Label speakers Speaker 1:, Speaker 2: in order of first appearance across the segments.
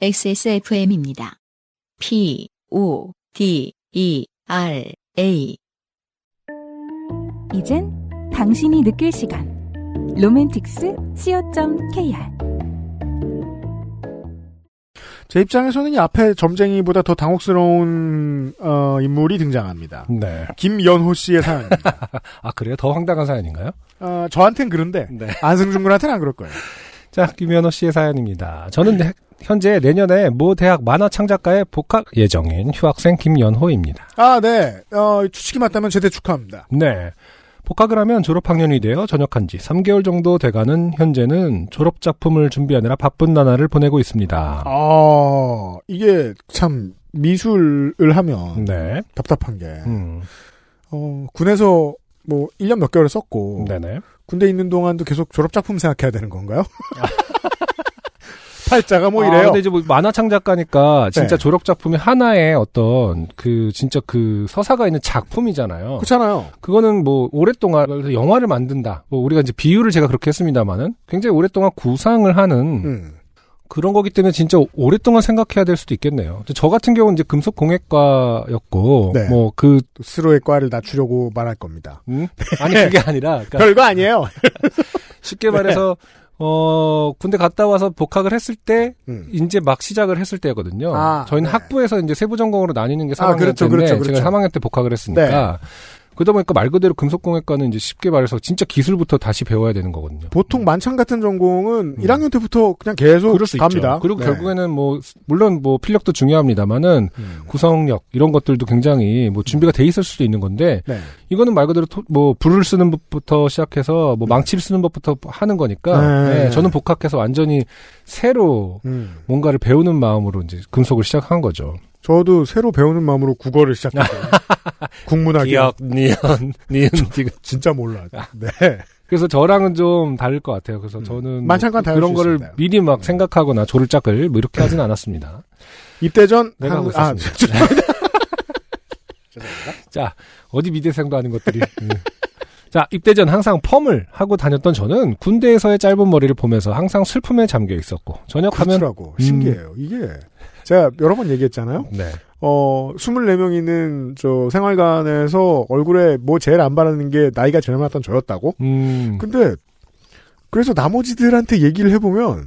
Speaker 1: XSFM입니다. P, O, D, E, R, A.
Speaker 2: 이젠 당신이 느낄 시간. 로맨틱스 co.kr
Speaker 3: 제 입장에서는 이 앞에 점쟁이보다 더 당혹스러운 어, 인물이 등장합니다.
Speaker 4: 네.
Speaker 3: 김연호 씨의 사연.
Speaker 4: 아, 그래요? 더 황당한 사연인가요?
Speaker 3: 어, 저한텐 그런데
Speaker 4: 네.
Speaker 3: 안승준 군한테는 안 그럴 거예요.
Speaker 4: 자, 김현호 씨의 사연입니다. 저는 해- 현재 내년에 모 대학 만화 창작과에 복학 예정인 휴학생 김연호입니다.
Speaker 3: 아, 네. 어, 추측이 맞다면 제대 축하합니다.
Speaker 4: 네. 복학을 하면 졸업학년이 되어 전역한 지 3개월 정도 돼가는 현재는 졸업작품을 준비하느라 바쁜 나날을 보내고 있습니다.
Speaker 3: 아, 이게 참 미술을 하면
Speaker 4: 네.
Speaker 3: 답답한 게,
Speaker 4: 음,
Speaker 3: 어, 군에서 뭐 1년 몇 개월을 썼고,
Speaker 4: 네네.
Speaker 3: 군대 있는 동안도 계속 졸업작품 생각해야 되는 건가요? 팔자가 뭐 이래요.
Speaker 4: 아, 근데 이제 뭐 만화 창작가니까
Speaker 3: 네.
Speaker 4: 진짜 졸업작품이 하나의 어떤 그 진짜 그 서사가 있는 작품이잖아요.
Speaker 3: 그렇잖아요.
Speaker 4: 그거는 뭐 오랫동안 그래서 영화를 만든다. 뭐 우리가 이제 비유를 제가 그렇게 했습니다만은 굉장히 오랫동안 구상을 하는
Speaker 3: 음.
Speaker 4: 그런 거기 때문에 진짜 오랫동안 생각해야 될 수도 있겠네요. 근데 저 같은 경우는 이제 금속 공예과였고
Speaker 3: 네.
Speaker 4: 뭐 그 음?
Speaker 3: 또 스로의 과를 낮추려고 말할 겁니다.
Speaker 4: 아니 그게 아니라
Speaker 3: 음?
Speaker 4: 그러니까
Speaker 3: 별거 네. 아니에요.
Speaker 4: 쉽게 말해서 어 군대 갔다 와서 복학을 했을 때
Speaker 3: 음.
Speaker 4: 이제 막 시작을 했을 때거든요.
Speaker 3: 아,
Speaker 4: 저희는
Speaker 3: 네.
Speaker 4: 학부에서 이제 세부 전공으로 나뉘는 게 3학년
Speaker 3: 아, 그렇죠,
Speaker 4: 때인데
Speaker 3: 그렇죠, 네. 그렇죠.
Speaker 4: 제가 3학년 때 복학을 했으니까 그러다 보니까 말 그대로 금속공예과는 이제 쉽게 말해서 진짜 기술부터 다시 배워야 되는 거거든요.
Speaker 3: 보통 만창 같은 전공은
Speaker 4: 음.
Speaker 3: 1학년 때부터 그냥 계속
Speaker 4: 그럴 수
Speaker 3: 갑니다.
Speaker 4: 있죠. 그리고
Speaker 3: 네.
Speaker 4: 결국에는 뭐 물론 뭐 필력도 중요합니다만은
Speaker 3: 음.
Speaker 4: 구성력 이런 것들도 굉장히 뭐 준비가 돼 있을 수도 있는 건데
Speaker 3: 네.
Speaker 4: 이거는 말 그대로 토- 뭐 불을 쓰는 법부터 시작해서 뭐 망치를 쓰는 법부터 하는 거니까
Speaker 3: 네.
Speaker 4: 네, 저는 복학해서 완전히 새로
Speaker 3: 음.
Speaker 4: 뭔가를 배우는 마음으로 이제 금속을 시작한 거죠.
Speaker 3: 저도 새로 배우는 마음으로 국어를 시작했어요. 국문학이
Speaker 4: 니은 니은 지금
Speaker 3: 진짜 몰라. 네.
Speaker 4: 그래서 저랑은 좀 다를 것 같아요. 그래서 저는 뭐
Speaker 3: 음. 만찬과 다를
Speaker 4: 그런
Speaker 3: 수
Speaker 4: 거를
Speaker 3: 있습니다.
Speaker 4: 미리 막 생각하거나 조를짝을 뭐 이렇게 하진 않았습니다.
Speaker 3: 입대 전
Speaker 4: 내가 하고
Speaker 3: 아,
Speaker 4: 있었습니다. 네.
Speaker 3: 죄송합니다.
Speaker 4: 자, 어디 미대생도 아닌 것들이. 예. 자, 입대 전 항상 펌을 하고 다녔던 저는 군대에서의 짧은 머리를 보면서 항상 슬픔에 잠겨 있었고, 저녁하면. 음.
Speaker 3: 그렇더라고. 신기해요. 이게 제가 여러 번 얘기했잖아요.
Speaker 4: 네.
Speaker 3: 어, 24명 있는 저 생활관에서 얼굴에 뭐 제일 안 바르는 게 나이가 제일 많았던 저였다고?
Speaker 4: 음,
Speaker 3: 근데 그래서 나머지들한테 얘기를 해보면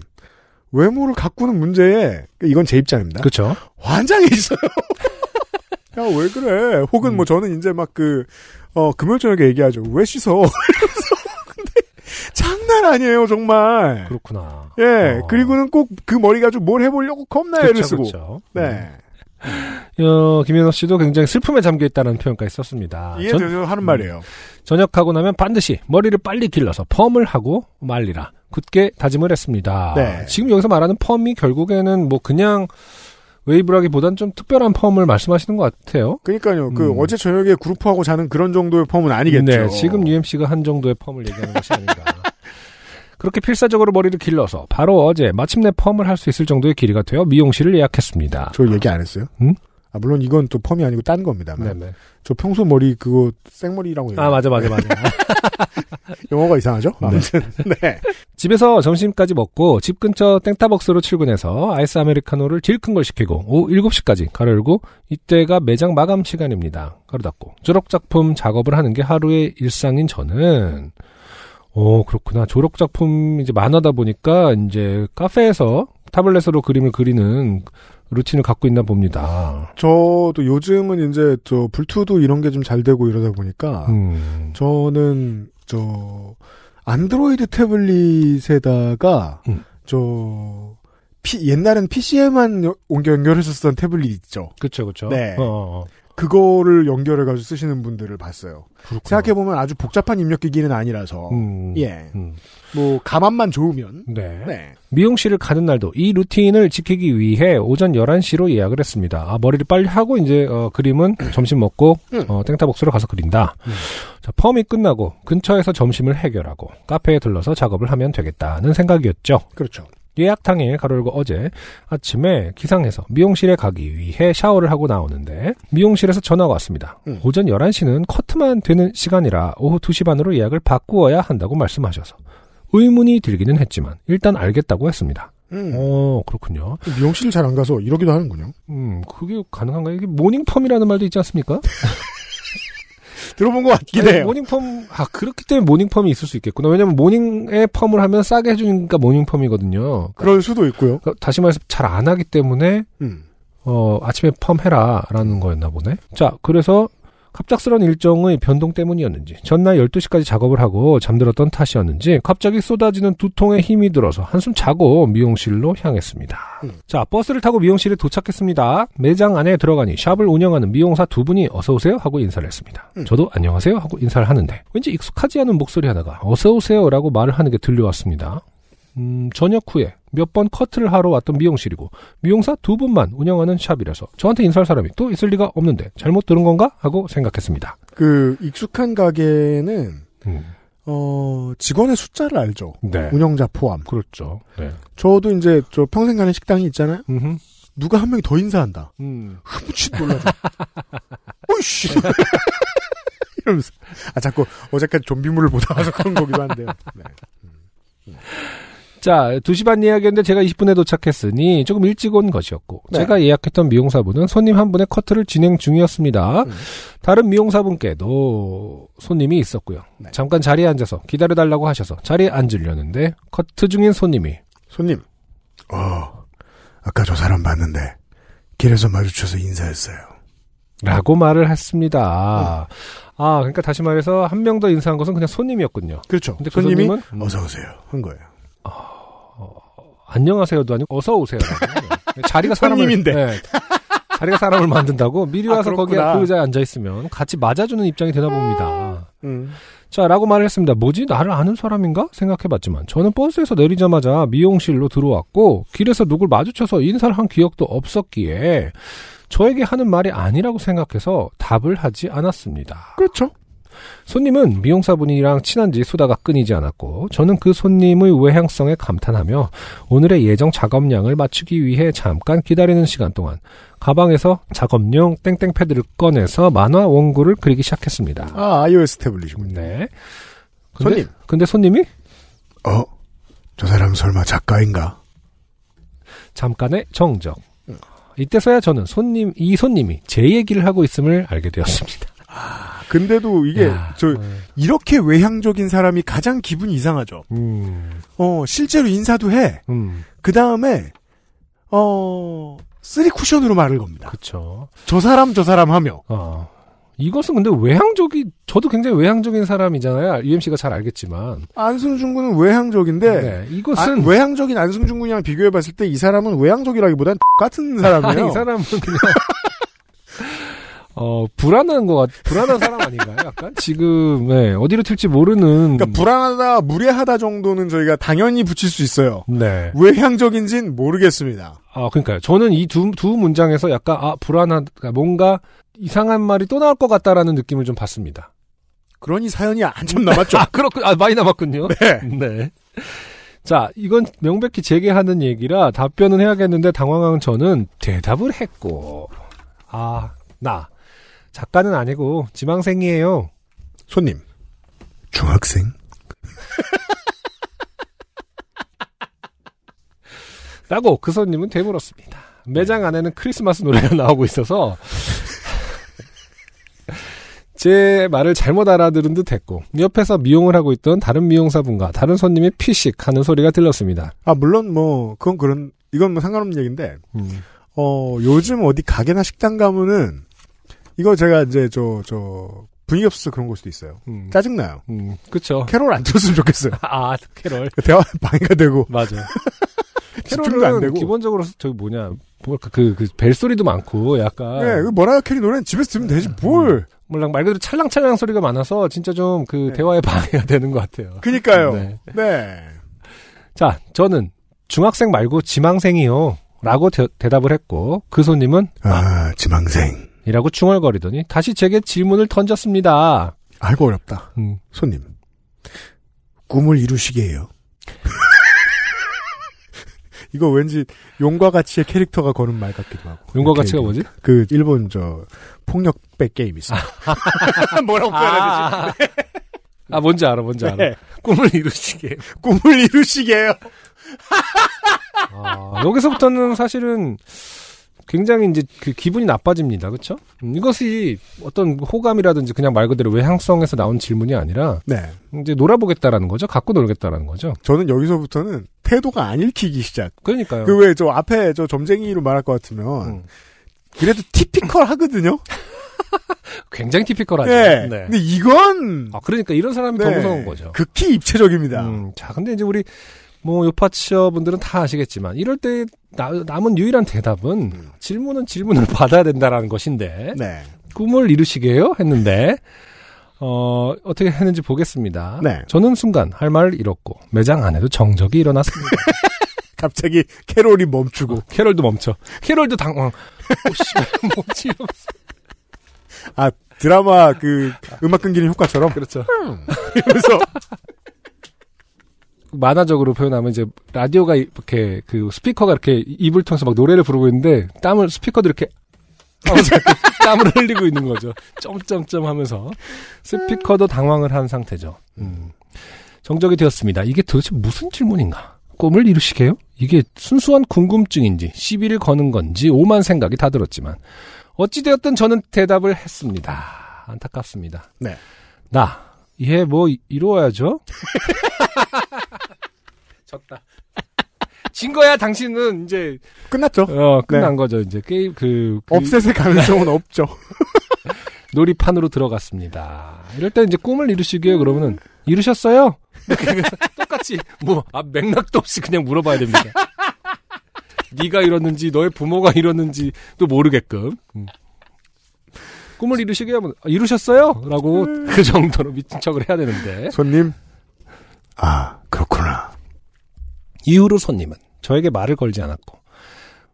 Speaker 3: 외모를 가꾸는 문제에 이건 제 입장입니다.
Speaker 4: 그쵸.
Speaker 3: 환장해 있어요. 야, 왜 그래? 혹은
Speaker 4: 음.
Speaker 3: 뭐 저는 이제 막 그, 어, 금요일 저녁에 얘기하죠. 왜 씻어? 이러면서. 근데 장난 아니에요, 정말.
Speaker 4: 그렇구나.
Speaker 3: 예,
Speaker 4: 어. 그렇죠,
Speaker 3: 그리고는 꼭 그 머리 가지고 뭘 해보려고 겁나 애를
Speaker 4: 그쵸,
Speaker 3: 쓰고.
Speaker 4: 그쵸.
Speaker 3: 네.
Speaker 4: 음. 어, 김현호 씨도 굉장히 슬픔에 잠겨 있다는 표현까지 썼습니다. 아, 전- 음.
Speaker 3: 이해되죠? 하는 말이에요.
Speaker 4: 전역하고 나면 반드시 머리를 빨리 길러서 펌을 하고 말리라. 굳게 다짐을 했습니다.
Speaker 3: 네.
Speaker 4: 지금 여기서 말하는 펌이 결국에는 뭐 그냥 웨이브라기보단 좀 특별한 펌을 말씀하시는 것 같아요.
Speaker 3: 그러니까요. 그
Speaker 4: 음.
Speaker 3: 어제 저녁에 그룹하고 자는 그런 정도의 펌은 아니겠죠.
Speaker 4: 네, 지금 UMC가 한 정도의 펌을 얘기하는 것이 아닌가. 그렇게 필사적으로 머리를 길러서 바로 어제 마침내 펌을 할 수 있을 정도의 길이가 되어 미용실을 예약했습니다.
Speaker 3: 저 얘기 안 했어요?
Speaker 4: 음?
Speaker 3: 아, 물론 이건 또 펌이 아니고 딴 겁니다만.
Speaker 4: 네네.
Speaker 3: 저 평소 머리 그거 생머리라고
Speaker 4: 아
Speaker 3: 얘기해요.
Speaker 4: 맞아 맞아 맞아.
Speaker 3: 영어가 이상하죠? 아무튼. 네.
Speaker 4: 집에서 점심까지 먹고 집 근처 땡타벅스로 출근해서 아이스 아메리카노를 제일 큰 걸 시키고 오후 7시까지 가로 열고 이때가 매장 마감 시간입니다. 가로 닫고 졸업작품 작업을 하는 게 하루의 일상인 저는 오 그렇구나 졸업작품 이제 만화다 보니까 이제 카페에서 타블렛으로 그림을 그리는 루틴을 갖고 있나 봅니다.
Speaker 3: 저도 요즘은 이제 저 불투도 이런 게 좀 잘 되고 이러다 보니까
Speaker 4: 음,
Speaker 3: 저는 저 안드로이드 태블릿에다가
Speaker 4: 음.
Speaker 3: 저 피, 옛날엔 PC에만 옮겨 연결했었던 태블릿 있죠.
Speaker 4: 그쵸 그쵸.
Speaker 3: 네.
Speaker 4: 어, 어, 어.
Speaker 3: 그거를 연결해가지고 쓰시는 분들을 봤어요.
Speaker 4: 그렇구나.
Speaker 3: 생각해보면 아주 복잡한 입력기기는 아니라서.
Speaker 4: 음,
Speaker 3: 예.
Speaker 4: 음.
Speaker 3: 뭐, 가만만 좋으면.
Speaker 4: 네.
Speaker 3: 네.
Speaker 4: 미용실을 가는 날도 이 루틴을 지키기 위해 오전 11시로 예약을 했습니다. 아, 머리를 빨리 하고 이제 어, 그림은 점심 먹고
Speaker 3: 음.
Speaker 4: 어, 땡타복수로 가서 그린다.
Speaker 3: 음.
Speaker 4: 자, 펌이 끝나고 근처에서 점심을 해결하고 카페에 들러서 작업을 하면 되겠다는 생각이었죠.
Speaker 3: 그렇죠.
Speaker 4: 예약 당일 가로열고 어제 아침에 기상해서 미용실에 가기 위해 샤워를 하고 나오는데 미용실에서 전화가 왔습니다.
Speaker 3: 음.
Speaker 4: 오전 11시는 커트만 되는 시간이라 오후 2시 반으로 예약을 바꾸어야 한다고 말씀하셔서 의문이 들기는 했지만 일단 알겠다고 했습니다.
Speaker 3: 음.
Speaker 4: 어, 그렇군요.
Speaker 3: 미용실 잘 안 가서 이러기도 하는군요.
Speaker 4: 음, 그게 가능한가요? 이게 모닝펌이라는 말도 있지 않습니까?
Speaker 3: 들어본 것 같긴
Speaker 4: 아니,
Speaker 3: 해요.
Speaker 4: 모닝펌, 아, 그렇기 때문에 모닝펌이 있을 수 있겠구나. 왜냐면 모닝에 펌을 하면 싸게 해주니까 모닝펌이거든요.
Speaker 3: 그럴 수도 있고요.
Speaker 4: 그러니까 다시 말해서 잘 안 하기 때문에,
Speaker 3: 음.
Speaker 4: 어, 아침에 펌해라. 라는 거였나 보네. 자, 그래서 갑작스런 일정의 변동 때문이었는지, 전날 12시까지 작업을 하고 잠들었던 탓이었는지, 갑자기 쏟아지는 두통에 힘이 들어서 한숨 자고 미용실로 향했습니다.
Speaker 3: 음.
Speaker 4: 자, 버스를 타고 미용실에 도착했습니다. 매장 안에 들어가니 샵을 운영하는 미용사 두 분이 어서오세요 하고 인사를 했습니다.
Speaker 3: 음.
Speaker 4: 저도 안녕하세요 하고 인사를 하는데, 왠지 익숙하지 않은 목소리 하나가 어서오세요 라고 말을 하는 게 들려왔습니다. 음, 저녁 후에 몇 번 커트를 하러 왔던 미용실이고, 미용사 두 분만 운영하는 샵이라서 저한테 인사할 사람이 또 있을 리가 없는데 잘못 들은 건가 하고 생각했습니다. 음,
Speaker 3: 그 익숙한 가게는 어 직원의 숫자를 알죠.
Speaker 4: 네.
Speaker 3: 운영자 포함.
Speaker 4: 그렇죠. 네.
Speaker 3: 저도 이제 저 평생 가는 식당이 있잖아요.
Speaker 4: 음.
Speaker 3: 누가 한 명이 더 인사한다.
Speaker 4: 음.
Speaker 3: 흐뭇이 놀라죠. 오이씨. 이러면서 아 자꾸 어제까지 좀비물을 보다 와서 그런 거기도 한데요. 네.
Speaker 4: 자, 2시 반 예약이었는데 제가 20분에 도착했으니 조금 일찍 온 것이었고,
Speaker 3: 네.
Speaker 4: 제가 예약했던 미용사분은 손님 한 분의 커트를 진행 중이었습니다.
Speaker 3: 음.
Speaker 4: 다른 미용사분께도 손님이 있었고요.
Speaker 3: 네.
Speaker 4: 잠깐 자리에 앉아서 기다려달라고 하셔서 자리에 앉으려는데 커트 중인 손님이
Speaker 3: 손님. 어 아까 저 사람 봤는데 길에서 마주쳐서 인사했어요.
Speaker 4: 라고 말을 했습니다.
Speaker 3: 음.
Speaker 4: 아, 그러니까 다시 말해서 한 명 더 인사한 것은 그냥 손님이었군요.
Speaker 3: 그렇죠.
Speaker 4: 근데 그
Speaker 3: 손님이
Speaker 4: 손님은 음,
Speaker 3: 어서 오세요 한 거예요.
Speaker 4: 안녕하세요도 아니고 어서 오세요. 자리가
Speaker 3: 손님인데.
Speaker 4: 사람을 네. 자리가 사람을 만든다고 미리
Speaker 3: 아,
Speaker 4: 와서 거기에
Speaker 3: 그렇구나.
Speaker 4: 그 의자에 앉아 있으면 같이 맞아주는 입장이 되나 봅니다.
Speaker 3: 음.
Speaker 4: 자라고 말을 했습니다. 뭐지 나를 아는 사람인가 생각해봤지만 저는 버스에서 내리자마자 미용실로 들어왔고 길에서 누굴 마주쳐서 인사를 한 기억도 없었기에 저에게 하는 말이 아니라고 생각해서 답을 하지 않았습니다.
Speaker 3: 그렇죠.
Speaker 4: 손님은 미용사분이랑 친한지 수다가 끊이지 않았고 저는 그 손님의 외향성에 감탄하며 오늘의 예정 작업량을 맞추기 위해 잠깐 기다리는 시간 동안 가방에서 작업용 땡땡 패드를 꺼내서 만화 원고를 그리기 시작했습니다.
Speaker 3: 아 iOS 태블릿이군요.
Speaker 4: 네. 근데,
Speaker 3: 손님.
Speaker 4: 근데 손님이
Speaker 3: 어? 저 사람 설마 작가인가?
Speaker 4: 잠깐의 정적. 이때서야 저는 손님 이 손님이 제 얘기를 하고 있음을 알게 되었습니다.
Speaker 3: 근데도 이게
Speaker 4: 야,
Speaker 3: 저 이렇게 외향적인 사람이 가장 기분이 이상하죠.
Speaker 4: 음,
Speaker 3: 어 실제로 인사도 해.
Speaker 4: 음,
Speaker 3: 그 다음에 어 쓰리 쿠션으로 말을 겁니다.
Speaker 4: 그렇죠.
Speaker 3: 저 사람 저 사람 하며
Speaker 4: 어. 이것은 근데 외향적이 저도 굉장히 외향적인 사람이잖아요. UMC가 잘 알겠지만. 네,
Speaker 3: 안승준 군은 외향적인데
Speaker 4: 이것은
Speaker 3: 아, 외향적인 안승준 군이랑 비교해봤을 때 이 사람은 외향적이라기보단 같은
Speaker 4: 아니,
Speaker 3: 사람이에요.
Speaker 4: 이 사람은 그냥 어, 불안한 것 같, 불안한 사람 아닌가요? 약간 지금 네, 어디로 튈지 모르는
Speaker 3: 그러니까 불안하다 무례하다 정도는 저희가 당연히 붙일 수 있어요.
Speaker 4: 네.
Speaker 3: 외향적인진 모르겠습니다.
Speaker 4: 아, 그러니까요. 저는 이 두 두 문장에서 약간 아, 불안한 그러니까 뭔가 이상한 말이 또 나올 것 같다라는 느낌을 좀 받습니다.
Speaker 3: 그러니 사연이 한참 남았죠.
Speaker 4: 아, 그렇군. 아, 많이 남았군요.
Speaker 3: 네.
Speaker 4: 네. 자, 이건 명백히 제게 하는 얘기라 답변은 해야겠는데 당황한 저는 대답을 했고, 아, 나. 작가는 아니고 지망생이에요.
Speaker 3: 손님. 중학생?
Speaker 4: 라고 그 손님은 되물었습니다. 매장 안에는 크리스마스 노래가 나오고 있어서 제 말을 잘못 알아들은 듯 했고 옆에서 미용을 하고 있던 다른 미용사분과 다른 손님이 피식 하는 소리가 들렸습니다.
Speaker 3: 아, 물론 뭐, 그건 그런, 이건 뭐 상관없는 얘기인데,
Speaker 4: 음,
Speaker 3: 어, 요즘 어디 가게나 식당 가면은, 이거 제가 이제 저, 저, 분위기 없어서 그런 걸 수도 있어요.
Speaker 4: 음,
Speaker 3: 짜증나요.
Speaker 4: 음, 그쵸.
Speaker 3: 캐롤 안 틀었으면 좋겠어요.
Speaker 4: 아, 캐롤.
Speaker 3: 대화 방해가 되고,
Speaker 4: 맞아.
Speaker 3: 집중도 안 되고.
Speaker 4: 기본적으로 저기 뭐냐 뭐랄까 그, 그 벨소리도 많고 약간
Speaker 3: 예, 그 뭐라요 캐리 노래는 집에서 들으면 되지, 뭘.
Speaker 4: 몰라 말 그대로 찰랑찰랑 소리가 많아서 진짜 좀 그
Speaker 3: 네.
Speaker 4: 대화에 방해가 되는 것 같아요.
Speaker 3: 그니까요. 네.
Speaker 4: 네. 자, 저는 중학생 말고 지망생이요. 라고 대, 답을 했고 그 손님은
Speaker 3: 아, 지망생.
Speaker 4: 이라고 중얼거리더니 다시 제게 질문을 던졌습니다.
Speaker 3: 아이고, 어렵다.
Speaker 4: 음,
Speaker 3: 손님. 꿈을 이루시게요. 이거 왠지 용과 가치의 캐릭터가 거는 말 같기도 하고.
Speaker 4: 용과
Speaker 3: 이렇게
Speaker 4: 가치가
Speaker 3: 얘기하면.
Speaker 4: 뭐지?
Speaker 3: 그 일본 저 폭력배 게임 있어요. 뭐라고
Speaker 4: 아, 아, 아, 뭔지 알아, 뭔지 알아.
Speaker 3: 네.
Speaker 4: 꿈을 이루시게.
Speaker 3: 꿈을 이루시게요.
Speaker 4: 아, 여기서부터는 사실은 굉장히 이제 그 기분이 나빠집니다. 그렇죠? 이것이 어떤 호감이라든지 그냥 말 그대로 외향성에서 나온 질문이 아니라
Speaker 3: 네.
Speaker 4: 이제 놀아보겠다라는 거죠. 갖고 놀겠다라는 거죠.
Speaker 3: 저는 여기서부터는 태도가 안 읽히기 시작.
Speaker 4: 그러니까요.
Speaker 3: 그 왜 저 앞에 저 점쟁이로 말할 것 같으면
Speaker 4: 음.
Speaker 3: 그래도 티피컬 하거든요.
Speaker 4: 굉장히 티피컬하죠.
Speaker 3: 네.
Speaker 4: 네.
Speaker 3: 근데 이건
Speaker 4: 아, 그러니까 이런 사람이 더
Speaker 3: 네.
Speaker 4: 무서운 거죠.
Speaker 3: 극히 입체적입니다.
Speaker 4: 음, 자, 근데 이제 우리 뭐 요파치어 분들은 다 아시겠지만 이럴 때 나- 남은 유일한 대답은
Speaker 3: 음.
Speaker 4: 질문은 질문을 받아야 된다라는 것인데
Speaker 3: 네.
Speaker 4: 꿈을 이루시게요 했는데 어, 어떻게 했는지 보겠습니다.
Speaker 3: 네.
Speaker 4: 저는 순간 할 말을 잃었고 매장 안에도 정적이 일어났습니다.
Speaker 3: 갑자기 캐롤이 멈추고
Speaker 4: 캐럴도 멈춰. 캐럴도 당황. 어. 오, 씨발, 뭐지? 이러면서.
Speaker 3: 아 드라마 그 음악 끊기는 효과처럼
Speaker 4: 그렇죠.
Speaker 3: 그래서
Speaker 4: 만화적으로 표현하면 이제 라디오가 이렇게 그 스피커가 이렇게 입을 통해서 막 노래를 부르고 있는데 땀을 스피커도 이렇게 하면서 이렇게 땀을 흘리고 있는 거죠. 점점점 하면서 스피커도 당황을 한 상태죠. 음. 정적이 되었습니다. 이게 도대체 무슨 질문인가? 꿈을 이루시게요? 이게 순수한 궁금증인지 시비를 거는 건지 오만 생각이 다 들었지만 어찌되었든 저는 대답을 했습니다. 안타깝습니다.
Speaker 3: 네.
Speaker 4: 나 예, 뭐 이- 이루어야죠. 졌다. 진 거야 당신은 이제
Speaker 3: 끝났죠.
Speaker 4: 어 끝난 거죠 이제 게임 그, 그
Speaker 3: 없앨 가능성은 없죠.
Speaker 4: 놀이판으로 들어갔습니다. 이럴 때 이제 꿈을 이루시게요 그러면은 이루셨어요? 네, 똑같이 뭐 아, 맥락도 없이 그냥 물어봐야 됩니다. 네가 이뤘는지 너의 부모가 이뤘는지 또 모르게끔 음. 꿈을 이루시게 하면 아, 이루셨어요?라고 그 정도로 미친 척을 해야 되는데
Speaker 3: 손님. 아 그렇구나.
Speaker 4: 이후로 손님은 저에게 말을 걸지 않았고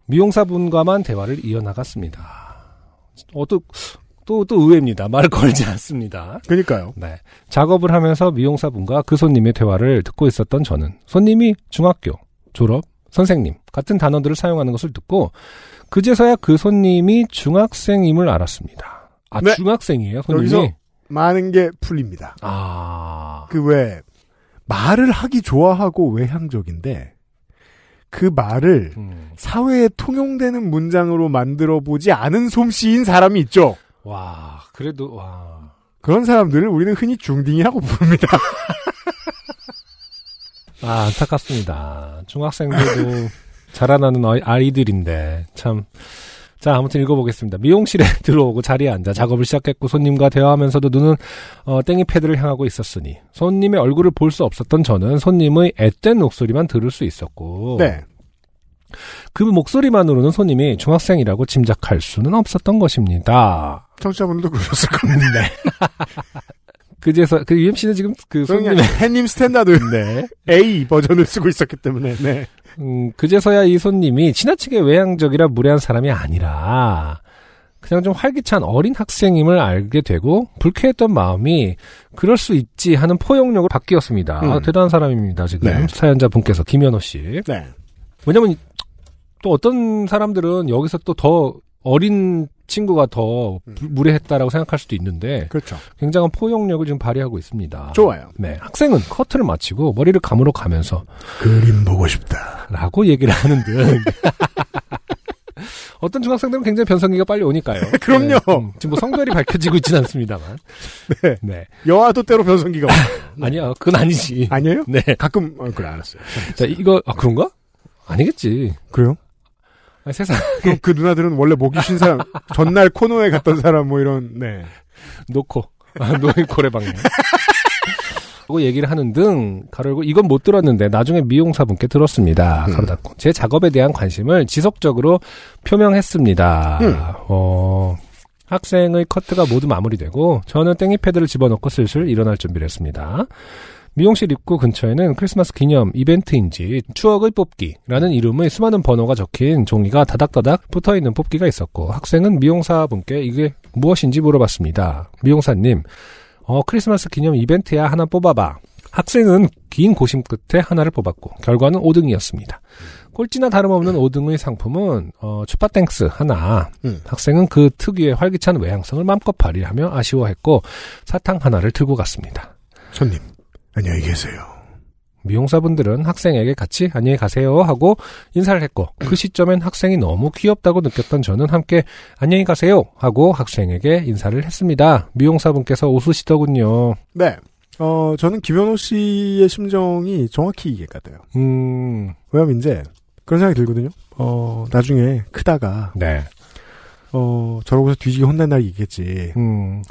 Speaker 4: 미용사분과만 대화를 이어나갔습니다. 어또또또 의외입니다. 말을 걸지 않습니다.
Speaker 3: 그니까요.
Speaker 4: 네. 작업을 하면서 미용사분과 그 손님의 대화를 듣고 있었던 저는 손님이 중학교, 졸업, 선생님 같은 단어들을 사용하는 것을 듣고 그제서야 그 손님이 중학생임을 알았습니다. 아,
Speaker 3: 네.
Speaker 4: 중학생이에요, 손님이?
Speaker 3: 여기서 많은 게 풀립니다.
Speaker 4: 아.
Speaker 3: 그 왜 말을 하기 좋아하고 외향적인데 그 말을
Speaker 4: 음.
Speaker 3: 사회에 통용되는 문장으로 만들어 보지 않은 솜씨인 사람이 있죠.
Speaker 4: 와, 그래도 와.
Speaker 3: 그런 사람들을 우리는 흔히 중딩이라고 부릅니다.
Speaker 4: 아, 안타깝습니다. 중학생들도 자라나는 어이- 아이들인데, 참. 자, 아무튼 읽어보겠습니다. 미용실에 들어오고 자리에 앉아 작업을 시작했고, 손님과 대화하면서도 눈은, 어, 땡이 패드를 향하고 있었으니, 손님의 얼굴을 볼 수 없었던 저는 손님의 앳된 목소리만 들을 수 있었고,
Speaker 3: 네.
Speaker 4: 그 목소리만으로는 손님이 중학생이라고 짐작할 수는 없었던 것입니다.
Speaker 3: 청취자분들도 그러셨을 겁니다.
Speaker 4: 그제서, 그 UMC는 지금 그
Speaker 3: 그냥
Speaker 4: 손님의
Speaker 3: 햇님 스탠다드 네. A 버전을 쓰고 있었기 때문에 네.
Speaker 4: 음, 그제서야 이 손님이 지나치게 외향적이라 무례한 사람이 아니라 그냥 좀 활기찬 어린 학생임을 알게 되고 불쾌했던 마음이 그럴 수 있지 하는 포용력으로 바뀌었습니다.
Speaker 3: 음.
Speaker 4: 아, 대단한 사람입니다 지금
Speaker 3: 네.
Speaker 4: 사연자 분께서 김현호 씨.
Speaker 3: 네.
Speaker 4: 왜냐면 또 어떤 사람들은 여기서 또 더 어린 친구가 더 부- 무례했다라고 생각할 수도 있는데
Speaker 3: 음. 그렇죠.
Speaker 4: 굉장한 포용력을 지금 발휘하고 있습니다.
Speaker 3: 좋아요.
Speaker 4: 네, 학생은 커트를 마치고 머리를 감으러 가면서
Speaker 3: 그림 보고 싶다.
Speaker 4: 라고 얘기를 하는 듯. 어떤 중학생들은 굉장히 변성기가 빨리 오니까요.
Speaker 3: 그럼요.
Speaker 4: 네, 음, 지금 뭐 성별이 밝혀지고 있진 않습니다만.
Speaker 3: 네.
Speaker 4: 네.
Speaker 3: 여아도 때로 변성기가 와.
Speaker 4: 아니야, 그건 아니지.
Speaker 3: 아니에요?
Speaker 4: 네.
Speaker 3: 가끔 어, 그래 알았어요.
Speaker 4: 자, 이거, 아, 그런가? 아니겠지.
Speaker 3: 그래요?
Speaker 4: 아니, 세상,
Speaker 3: 그럼 그 누나들은 원래 목이 쉰 사람, 전날 코너에 갔던 사람 뭐 이런 네.
Speaker 4: 놓고. 아, 노인 고래방향. 고 얘기를 하는 등 가로고 이건 못 들었는데 나중에 미용사분께 들었습니다. 가로 닫고 제 작업에 대한 관심을 지속적으로 표명했습니다.
Speaker 3: 음.
Speaker 4: 어, 학생의 커트가 모두 마무리되고 저는 땡이 패드를 집어넣고 슬슬 일어날 준비를 했습니다. 미용실 입구 근처에는 크리스마스 기념 이벤트인지 추억의 뽑기라는 이름의 수많은 번호가 적힌 종이가 다닥다닥 붙어있는 뽑기가 있었고 학생은 미용사분께 이게 무엇인지 물어봤습니다. 미용사님, 어, 크리스마스 기념 이벤트야 하나 뽑아봐. 학생은 긴 고심 끝에 하나를 뽑았고 결과는 5등이었습니다. 꼴찌나 다름없는 5등의 상품은 어, 추파땡스 하나.
Speaker 3: 음.
Speaker 4: 학생은 그 특유의 활기찬 외향성을 마음껏 발휘하며 아쉬워했고 사탕 하나를 들고 갔습니다.
Speaker 3: 손님 안녕히 계세요.
Speaker 4: 미용사분들은 학생에게 같이 안녕히 가세요 하고 인사를 했고 그 시점엔 학생이 너무 귀엽다고 느꼈던 저는 함께 안녕히 가세요 하고 학생에게 인사를 했습니다. 미용사분께서 웃으시더군요.
Speaker 3: 네. 어, 저는 김현호 씨의 심정이 정확히 이해가 돼요.
Speaker 4: 음,
Speaker 3: 왜냐면 이제 그런 생각이 들거든요. 어, 나중에 크다가
Speaker 4: 네.
Speaker 3: 어, 저러고서 뒤지게 혼난 날이 있겠지.
Speaker 4: 음,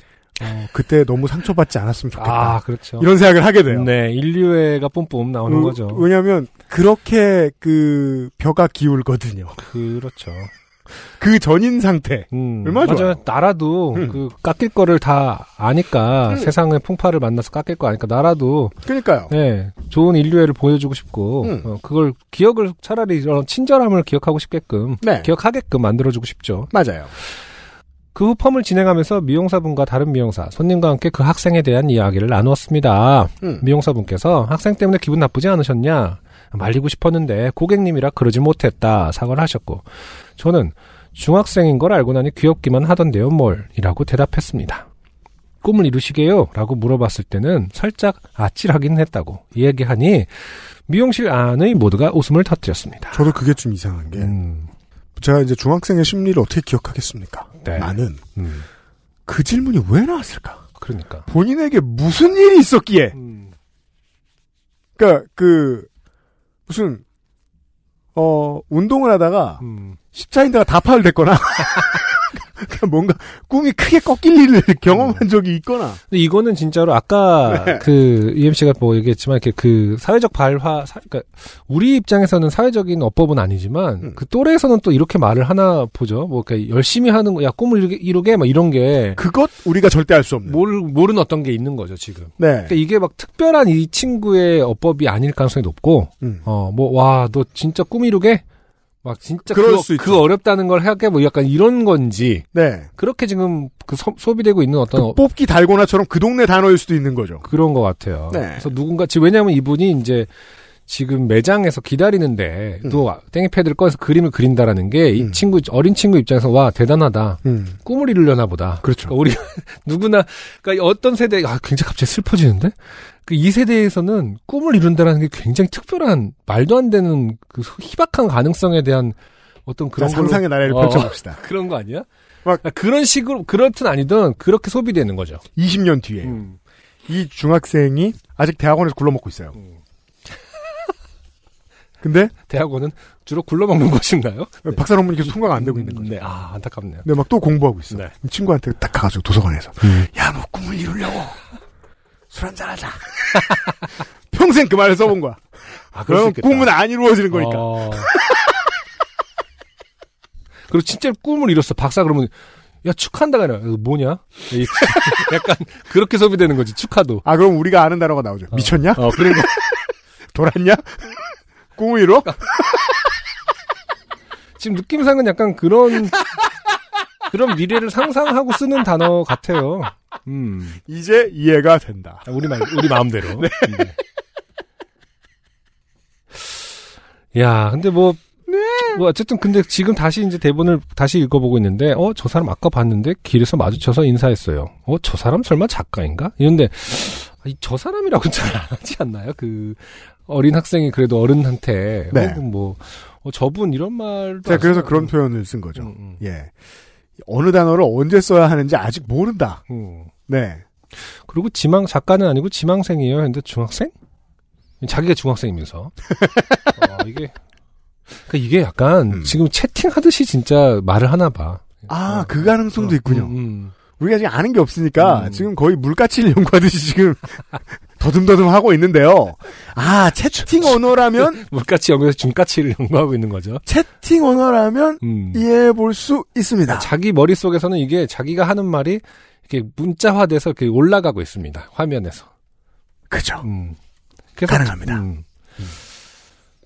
Speaker 3: 어, 그때 너무 상처받지 않았으면 좋겠다.
Speaker 4: 아, 그렇죠.
Speaker 3: 이런 생각을 하게 돼요. 그,
Speaker 4: 네, 인류애가 뿜뿜 나오는 거죠.
Speaker 3: 왜냐하면 그렇게 그 벼가 기울거든요.
Speaker 4: 그렇죠.
Speaker 3: 그 전인 상태.
Speaker 4: 음,
Speaker 3: 얼마나
Speaker 4: 맞아요.
Speaker 3: 좋아요.
Speaker 4: 나라도
Speaker 3: 음.
Speaker 4: 그 깎일 거를 다 아니까 세상의 풍파를 만나서 깎일 거 아니까 나라도
Speaker 3: 그러니까요.
Speaker 4: 네, 좋은 인류애를 보여주고 싶고
Speaker 3: 음.
Speaker 4: 어, 그걸 기억을 차라리 이런 친절함을 기억하고 싶게끔
Speaker 3: 네.
Speaker 4: 기억하게끔 만들어주고 싶죠.
Speaker 3: 맞아요.
Speaker 4: 그 후 펌을 진행하면서 미용사분과 다른 미용사, 손님과 함께 그 학생에 대한 이야기를 나누었습니다.
Speaker 3: 음.
Speaker 4: 미용사분께서 학생 때문에 기분 나쁘지 않으셨냐? 말리고 싶었는데 고객님이라 그러지 못했다. 사과를 하셨고 저는 중학생인 걸 알고 나니 귀엽기만 하던데요, 뭘? 이라고 대답했습니다. 꿈을 이루시게요? 라고 물어봤을 때는 살짝 아찔하긴 했다고 이야기하니 미용실 안의 모두가 웃음을 터뜨렸습니다.
Speaker 3: 저도 그게 좀 이상한 게
Speaker 4: 음,
Speaker 3: 제가 이제 중학생의 심리를 어떻게 기억하겠습니까?
Speaker 4: 네.
Speaker 3: 나는
Speaker 4: 음,
Speaker 3: 그 질문이 왜 나왔을까?
Speaker 4: 그러니까.
Speaker 3: 본인에게 무슨 일이 있었기에?
Speaker 4: 음,
Speaker 3: 그러니까 그 무슨 어 운동을 하다가
Speaker 4: 음.
Speaker 3: 십자인대가 다 파열됐거나 그러니까 뭔가 꿈이 크게 꺾일 일을
Speaker 4: 음.
Speaker 3: 경험한 적이 있거나
Speaker 4: 근데 이거는 진짜로 아까
Speaker 3: 네.
Speaker 4: 그 EMC가 뭐 얘기했지만 이렇게 그 사회적 발화, 사- 그러니까 우리 입장에서는 사회적인 어법은 아니지만
Speaker 3: 음.
Speaker 4: 그 또래에서는 또 이렇게 말을 하나 보죠. 뭐 그러니까 열심히 하는 거, 야 꿈을 이루게, 이루게 막 이런 게
Speaker 3: 그것 우리가 절대 알 수 없는.
Speaker 4: 모르 모르는 어떤 게 있는 거죠 지금.
Speaker 3: 네.
Speaker 4: 뭐 그러니까 이게 막 특별한 이 친구의 어법이 아닐 가능성이 높고
Speaker 3: 음.
Speaker 4: 어 뭐 와 너 진짜 꿈 이루게 막 진짜
Speaker 3: 그럴
Speaker 4: 그거-
Speaker 3: 수 있죠.
Speaker 4: 그거 어렵다는 걸 하게 뭐 약간 이런 건지
Speaker 3: 네.
Speaker 4: 그렇게 지금 그 소, 소비되고 있는 어떤
Speaker 3: 그
Speaker 4: 어-
Speaker 3: 뽑기 달고나처럼 그 동네 단어일 수도 있는 거죠.
Speaker 4: 그런 것 같아요.
Speaker 3: 네.
Speaker 4: 그래서 누군가 지금 왜냐하면 이분이 이제 지금 매장에서 기다리는데
Speaker 3: 음.
Speaker 4: 또 땡이패드를 꺼내서 그림을 그린다라는 게 이
Speaker 3: 음.
Speaker 4: 친구 어린 친구 입장에서 와 대단하다
Speaker 3: 음.
Speaker 4: 꿈을 이루려나 보다.
Speaker 3: 그렇죠.
Speaker 4: 그러니까 우리 누구나 그러니까 어떤 세대 아 굉장히 갑자기 슬퍼지는데 그 이 세대에서는 꿈을 이룬다라는 게 굉장히 특별한 말도 안 되는 그 희박한 가능성에 대한 어떤
Speaker 3: 그
Speaker 4: 그런 걸로-
Speaker 3: 상상의 나래를
Speaker 4: 어,
Speaker 3: 펼쳐봅시다.
Speaker 4: 그런 거 아니야?
Speaker 3: 막-
Speaker 4: 그러니까 그런 식으로 그렇든 아니든 그렇게 소비되는 거죠.
Speaker 3: 20년 뒤에
Speaker 4: 음.
Speaker 3: 이 중학생이 아직 대학원에서 굴러먹고 있어요.
Speaker 4: 음.
Speaker 3: 근데
Speaker 4: 대학원은 주로 굴러먹는 곳인가요?
Speaker 3: 박사 논문이 계속 통과가 안 되고 있는 거죠.
Speaker 4: 네, 아, 안타깝네요.
Speaker 3: 근데 막 또 공부하고 있어.
Speaker 4: 네. 음.
Speaker 3: 친구한테 딱 가가지고 도서관에서 야 너 꿈을 이루려고 술 한잔하자. 평생 그 말을 써본 거야.
Speaker 4: 아, 그럴 수
Speaker 3: 그러면
Speaker 4: 있겠다.
Speaker 3: 꿈은 안 이루어지는 거니까.
Speaker 4: 어. 그리고 진짜 꿈을 이뤘어. 박사 그러면, 야, 축한다가 아니라, 이거 뭐냐? 이- 약간, 그렇게 소비되는 거지, 축하도.
Speaker 3: 아 그럼 우리가 아는 단어가 나오죠. 미쳤냐?
Speaker 4: 어, 그런 거.
Speaker 3: 돌았냐? 꿈을 이루?
Speaker 4: 지금 느낌상은 약간 그런, 그런 미래를 상상하고 쓰는 단어 같아요. 음.
Speaker 3: 이제 이해가 된다.
Speaker 4: 아, 우리 말, 우리 마음대로. 네. 야, 근데 뭐, 뭐 어쨌든 근데 지금 다시 이제 대본을 다시 읽어보고 있는데, 어, 저 사람 아까 봤는데 길에서 마주쳐서 인사했어요. 어, 저 사람 설마 작가인가? 이런데, 아, 이저 사람이라고 잘 안 하지 않나요? 그, 어린 학생이 그래도 어른한테,
Speaker 3: 네.
Speaker 4: 혹은 뭐, 어, 저분 이런 말도.
Speaker 3: 제가
Speaker 4: 안
Speaker 3: 그래서
Speaker 4: 써요.
Speaker 3: 그런 표현을 쓴 거죠.
Speaker 4: 음, 음,
Speaker 3: 예. 어느 단어를 언제 써야 하는지 아직 모른다.
Speaker 4: 음.
Speaker 3: 네.
Speaker 4: 그리고 지망 작가는 아니고 지망생이에요. 근데 중학생? 자기가 중학생이면서 어, 이게 그러니까 이게 약간
Speaker 3: 음.
Speaker 4: 지금 채팅하듯이 진짜 말을 하나 봐.
Speaker 3: 아,
Speaker 4: 어,
Speaker 3: 그 가능성도 있군요.
Speaker 4: 음, 음.
Speaker 3: 우리가 지금 아는 게 없으니까
Speaker 4: 음.
Speaker 3: 지금 거의 물가치를 연구하듯이 지금 더듬더듬 하고 있는데요. 아, 채팅 언어라면,
Speaker 4: 음. 물가치 연구에서 중가치를 연구하고 있는 거죠.
Speaker 3: 채팅 언어라면
Speaker 4: 음.
Speaker 3: 이해해 볼 수 있습니다.
Speaker 4: 자기 머릿속에서는 이게 자기가 하는 말이 이렇게 문자화돼서 이렇게 올라가고 있습니다. 화면에서.
Speaker 3: 그죠.
Speaker 4: 음. 그래서-
Speaker 3: 가능합니다.
Speaker 4: 음.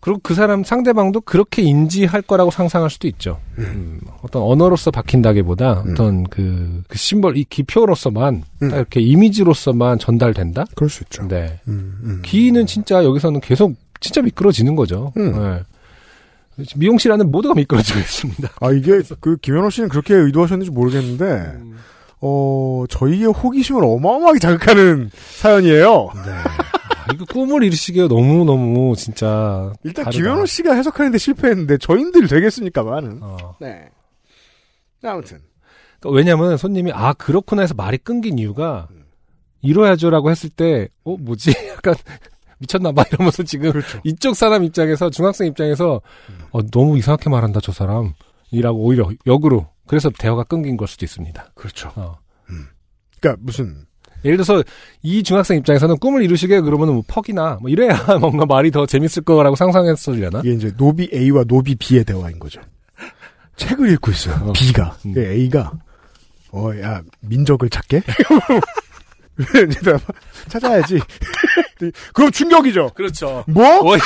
Speaker 4: 그리고 그 사람 상대방도 그렇게 인지할 거라고 상상할 수도 있죠. 음, 어떤 언어로서 박힌다기보다
Speaker 3: 음.
Speaker 4: 어떤 그, 그 심벌, 이 기표로서만
Speaker 3: 음.
Speaker 4: 딱 이렇게 이미지로서만 전달된다.
Speaker 3: 그럴 수 있죠.
Speaker 4: 네.
Speaker 3: 음, 음.
Speaker 4: 귀는 진짜 여기서는 계속 진짜 미끄러지는 거죠.
Speaker 3: 음.
Speaker 4: 네. 미용실 안에 모두가 미끄러지고 있습니다.
Speaker 3: 아, 이게 그 김현호 씨는 그렇게 의도하셨는지 모르겠는데, 어, 저희의 호기심을 어마어마하게 자극하는 사연이에요.
Speaker 4: 네. 아, 이거 꿈을 이루시기가 너무너무 진짜.
Speaker 3: 일단
Speaker 4: 다르다.
Speaker 3: 김현호 씨가 해석하는데 실패했는데 저인들 되겠습니까 많은.
Speaker 4: 어.
Speaker 3: 네. 아무튼
Speaker 4: 그러니까 왜냐면 손님이 아, 그렇구나 해서 말이 끊긴 이유가 이뤄야죠라고 했을 때, 어, 뭐지? 약간 미쳤나봐 이러면서 지금
Speaker 3: 그렇죠.
Speaker 4: 이쪽 사람 입장에서 중학생 입장에서 어, 너무 이상하게 말한다 저 사람이라고 오히려 역으로 그래서 대화가 끊긴 걸 수도 있습니다.
Speaker 3: 그렇죠.
Speaker 4: 어.
Speaker 3: 그러니까 무슨
Speaker 4: 예를 들어서 이 중학생 입장에서는 꿈을 이루시게 그러면 뭐 퍽이나 뭐 이래야 뭔가 말이 더 재밌을 거라고 상상했으려나?
Speaker 3: 이게 이제 노비 A와 노비 B의 대화인 거죠. 책을 읽고 있어. 요
Speaker 4: 어.
Speaker 3: B가
Speaker 4: 음.
Speaker 3: 그 A가 어 야 민적을 찾게. 왜 이제 찾아야지. 그럼 충격이죠.
Speaker 4: 그렇죠.
Speaker 3: 뭐?
Speaker 4: 어이씨.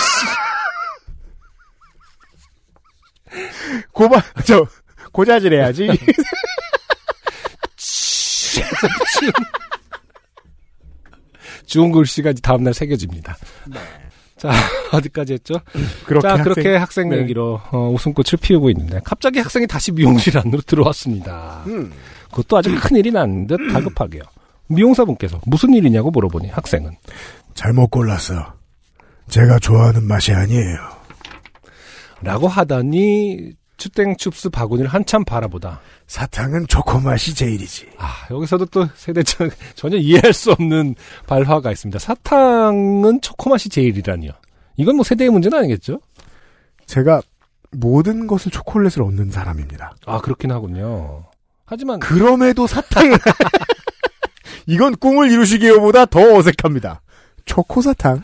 Speaker 3: 고바 저 고자질 해야지.
Speaker 4: 주운 글씨가 이제 다음날 새겨집니다. 자 어디까지 했죠?
Speaker 3: 그렇게
Speaker 4: 자
Speaker 3: 학생-
Speaker 4: 그렇게 학생
Speaker 3: 네.
Speaker 4: 얘기로 어, 웃음꽃을 피우고 있는데 갑자기 학생이 다시 미용실 안으로 들어왔습니다.
Speaker 3: 음.
Speaker 4: 그것도 아주 큰 일이 난 듯 다급하게요. 미용사분께서 무슨 일이냐고 물어보니 학생은
Speaker 3: 잘못 골랐어. 제가 좋아하는 맛이 아니에요.
Speaker 4: 라고 하다니 추땡춥스 바구니를 한참 바라보다
Speaker 3: 사탕은 초코 맛이 제일이지.
Speaker 4: 아, 여기서도 또 세대 전, 전혀 이해할 수 없는 발화가 있습니다. 사탕은 초코맛이 제일이라니요. 이건 뭐 세대의 문제는 아니겠죠?
Speaker 3: 제가 모든 것을 초콜릿을 얻는 사람입니다.
Speaker 4: 아, 그렇긴 하군요. 하지만
Speaker 3: 그럼에도 사탕. 이건 꿈을 이루시기보다 더 어색합니다. 초코 사탕.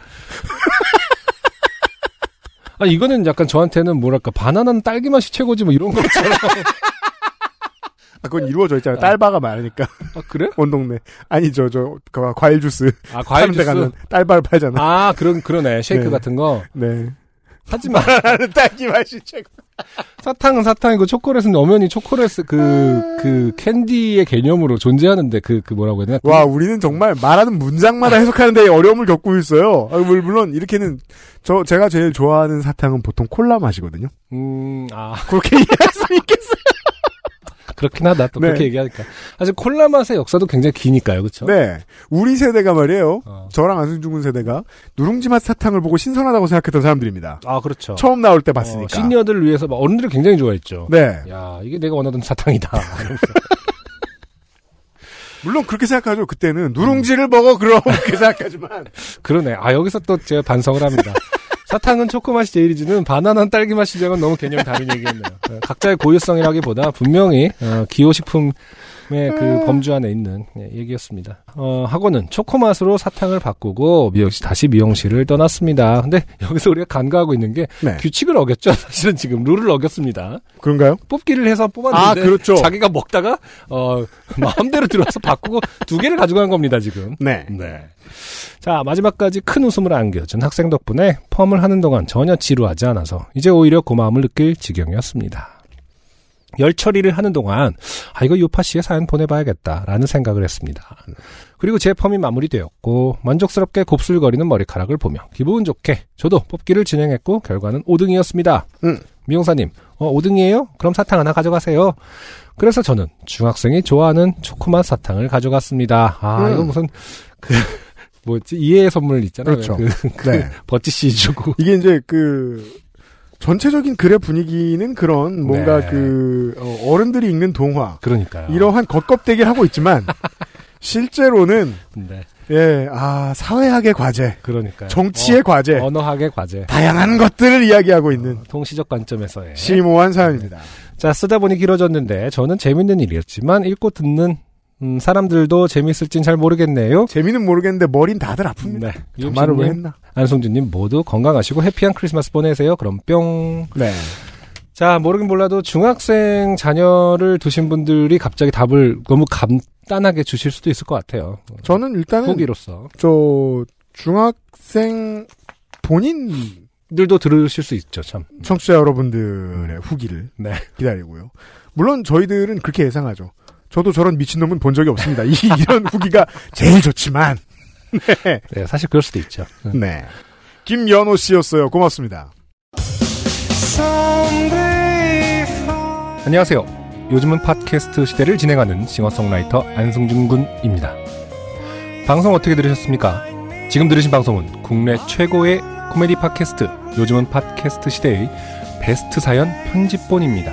Speaker 4: 아, 이거는 약간 저한테는 뭐랄까 바나나는 딸기 맛이 최고지 뭐 이런 것처럼.
Speaker 3: 아, 그건 이루어져 있잖아요. 딸바가 많으니까
Speaker 4: 아, 그래?
Speaker 3: 온 동네. 아니 저저 그 과일 주스
Speaker 4: 아, 과일
Speaker 3: 파는 데 가면
Speaker 4: 주스.
Speaker 3: 딸바를 팔잖아.
Speaker 4: 아, 그런 그러네. 쉐이크
Speaker 3: 네.
Speaker 4: 같은 거.
Speaker 3: 네.
Speaker 4: 하지만
Speaker 3: 나는 딸기 맛이 최고.
Speaker 4: 사탕은 사탕이고 초콜릿은 엄연히 초콜릿 그 그 캔디의 개념으로 존재하는데 그 그 뭐라고 해야 되나?
Speaker 3: 와, 우리는 정말 말하는 문장마다 해석하는데 어려움을 겪고 있어요. 아, 물- 물론 이렇게는 저 제가 제일 좋아하는 사탕은 보통 콜라 맛이거든요.
Speaker 4: 음, 아.
Speaker 3: 그렇게 이해할 수 있겠어요.
Speaker 4: 그렇긴 하다. 또
Speaker 3: 네.
Speaker 4: 그렇게 얘기하니까. 사실 콜라 맛의 역사도 굉장히 기니까요. 그렇죠?
Speaker 3: 네, 우리 세대가 말이에요.
Speaker 4: 어.
Speaker 3: 저랑 안승준 군 세대가 누룽지 맛 사탕을 보고 신선하다고 생각했던 사람들입니다.
Speaker 4: 아, 그렇죠.
Speaker 3: 처음 나올 때 봤으니까.
Speaker 4: 어, 시니어들을 위해서 막 어른들이 굉장히 좋아했죠.
Speaker 3: 네,
Speaker 4: 야, 이게 내가 원하던 사탕이다. 이러면서.
Speaker 3: 물론 그렇게 생각하죠. 그때는 누룽지를 먹어 그럼 그렇게 생각하지만
Speaker 4: 그러네. 아, 여기서 또 제가 반성을 합니다. 사탕은 초코 맛이 제일이지는 바나나는 딸기 맛이 제건 너무 개념이 다른 얘기였네요. 어, 각자의 고유성이라기보다 분명히 어, 기호식품의 그 범주 안에 있는 예, 얘기였습니다. 어, 하고는 초코 맛으로 사탕을 바꾸고 미용실 다시 미용실을 떠났습니다. 근데 여기서 우리가 간과하고 있는 게
Speaker 3: 네.
Speaker 4: 규칙을 어겼죠. 사실은 지금 룰을 어겼습니다.
Speaker 3: 그런가요?
Speaker 4: 뽑기를 해서 뽑았는데
Speaker 3: 아, 그렇죠.
Speaker 4: 자기가 먹다가 어 마음대로 들어와서 바꾸고 두 개를 가져간 겁니다 지금.
Speaker 3: 네.
Speaker 4: 네. 자 마지막까지 큰 웃음을 안겨준 학생 덕분에 펌을 하는 동안 전혀 지루하지 않아서 이제 오히려 고마움을 느낄 지경이었습니다. 열 처리를 하는 동안 아 이거 요파 씨의 사연 보내봐야겠다라는 생각을 했습니다. 그리고 제 펌이 마무리되었고 만족스럽게 곱슬거리는 머리카락을 보며 기분 좋게 저도 뽑기를 진행했고 결과는 5등이었습니다.
Speaker 3: 음.
Speaker 4: 미용사님, 어, 5등이에요? 그럼 사탕 하나 가져가세요. 그래서 저는 중학생이 좋아하는 초코맛 사탕을 가져갔습니다. 아,
Speaker 3: 음.
Speaker 4: 이거 무슨 그 뭐지 이해의 선물 있잖아요.
Speaker 3: 그렇죠.
Speaker 4: 그,
Speaker 3: 네.
Speaker 4: 버찌 씨 주고.
Speaker 3: 이게 이제 그 전체적인 글의 분위기는 그런 뭔가
Speaker 4: 네.
Speaker 3: 그 어, 어른들이 읽는 동화
Speaker 4: 그러니까요.
Speaker 3: 이러한 겉껍데기를 하고 있지만 실제로는
Speaker 4: 네,
Speaker 3: 예, 아, 사회학의 과제,
Speaker 4: 그러니까요.
Speaker 3: 정치의 예.
Speaker 4: 어, 네.
Speaker 3: 과제,
Speaker 4: 언어학의 과제.
Speaker 3: 다양한 것들을 이야기하고 있는
Speaker 4: 통시적 관점에서의 네.
Speaker 3: 심오한 사연입니다.
Speaker 4: 자, 쓰다 보니 길어졌는데, 저는 재밌는 일이었지만, 읽고 듣는, 음, 사람들도 재밌을진 잘 모르겠네요.
Speaker 3: 재미는 모르겠는데 머린 다들 아픕니다.
Speaker 4: 네.
Speaker 3: 저 말을 왜
Speaker 4: 유임씨님,
Speaker 3: 했나?
Speaker 4: 안송준님 모두 건강하시고 해피한 크리스마스 보내세요. 그럼 뿅.
Speaker 3: 네.
Speaker 4: 자, 모르긴 몰라도 중학생 자녀를 두신 분들이 갑자기 답을 너무 간단하게 주실 수도 있을 것 같아요.
Speaker 3: 저는 일단은
Speaker 4: 후기로서.
Speaker 3: 저 중학생 본인
Speaker 4: 들도 들으실 수 있죠, 참.
Speaker 3: 청취자 여러분들의 후기를
Speaker 4: 네.
Speaker 3: 기다리고요. 물론 저희들은 그렇게 예상하죠. 저도 저런 미친놈은 본 적이 없습니다. 이, 이런 후기가 제일 좋지만.
Speaker 4: 네, 사실 그럴 수도 있죠.
Speaker 3: 네. 김연호 씨였어요. 고맙습니다.
Speaker 4: 안녕하세요. 요즘은 팟캐스트 시대를 진행하는 싱어송라이터 안승준 군입니다. 방송 어떻게 들으셨습니까? 지금 들으신 방송은 국내 최고의 코미디 팟캐스트 요즘은 팟캐스트 시대의 베스트 사연 편집본입니다.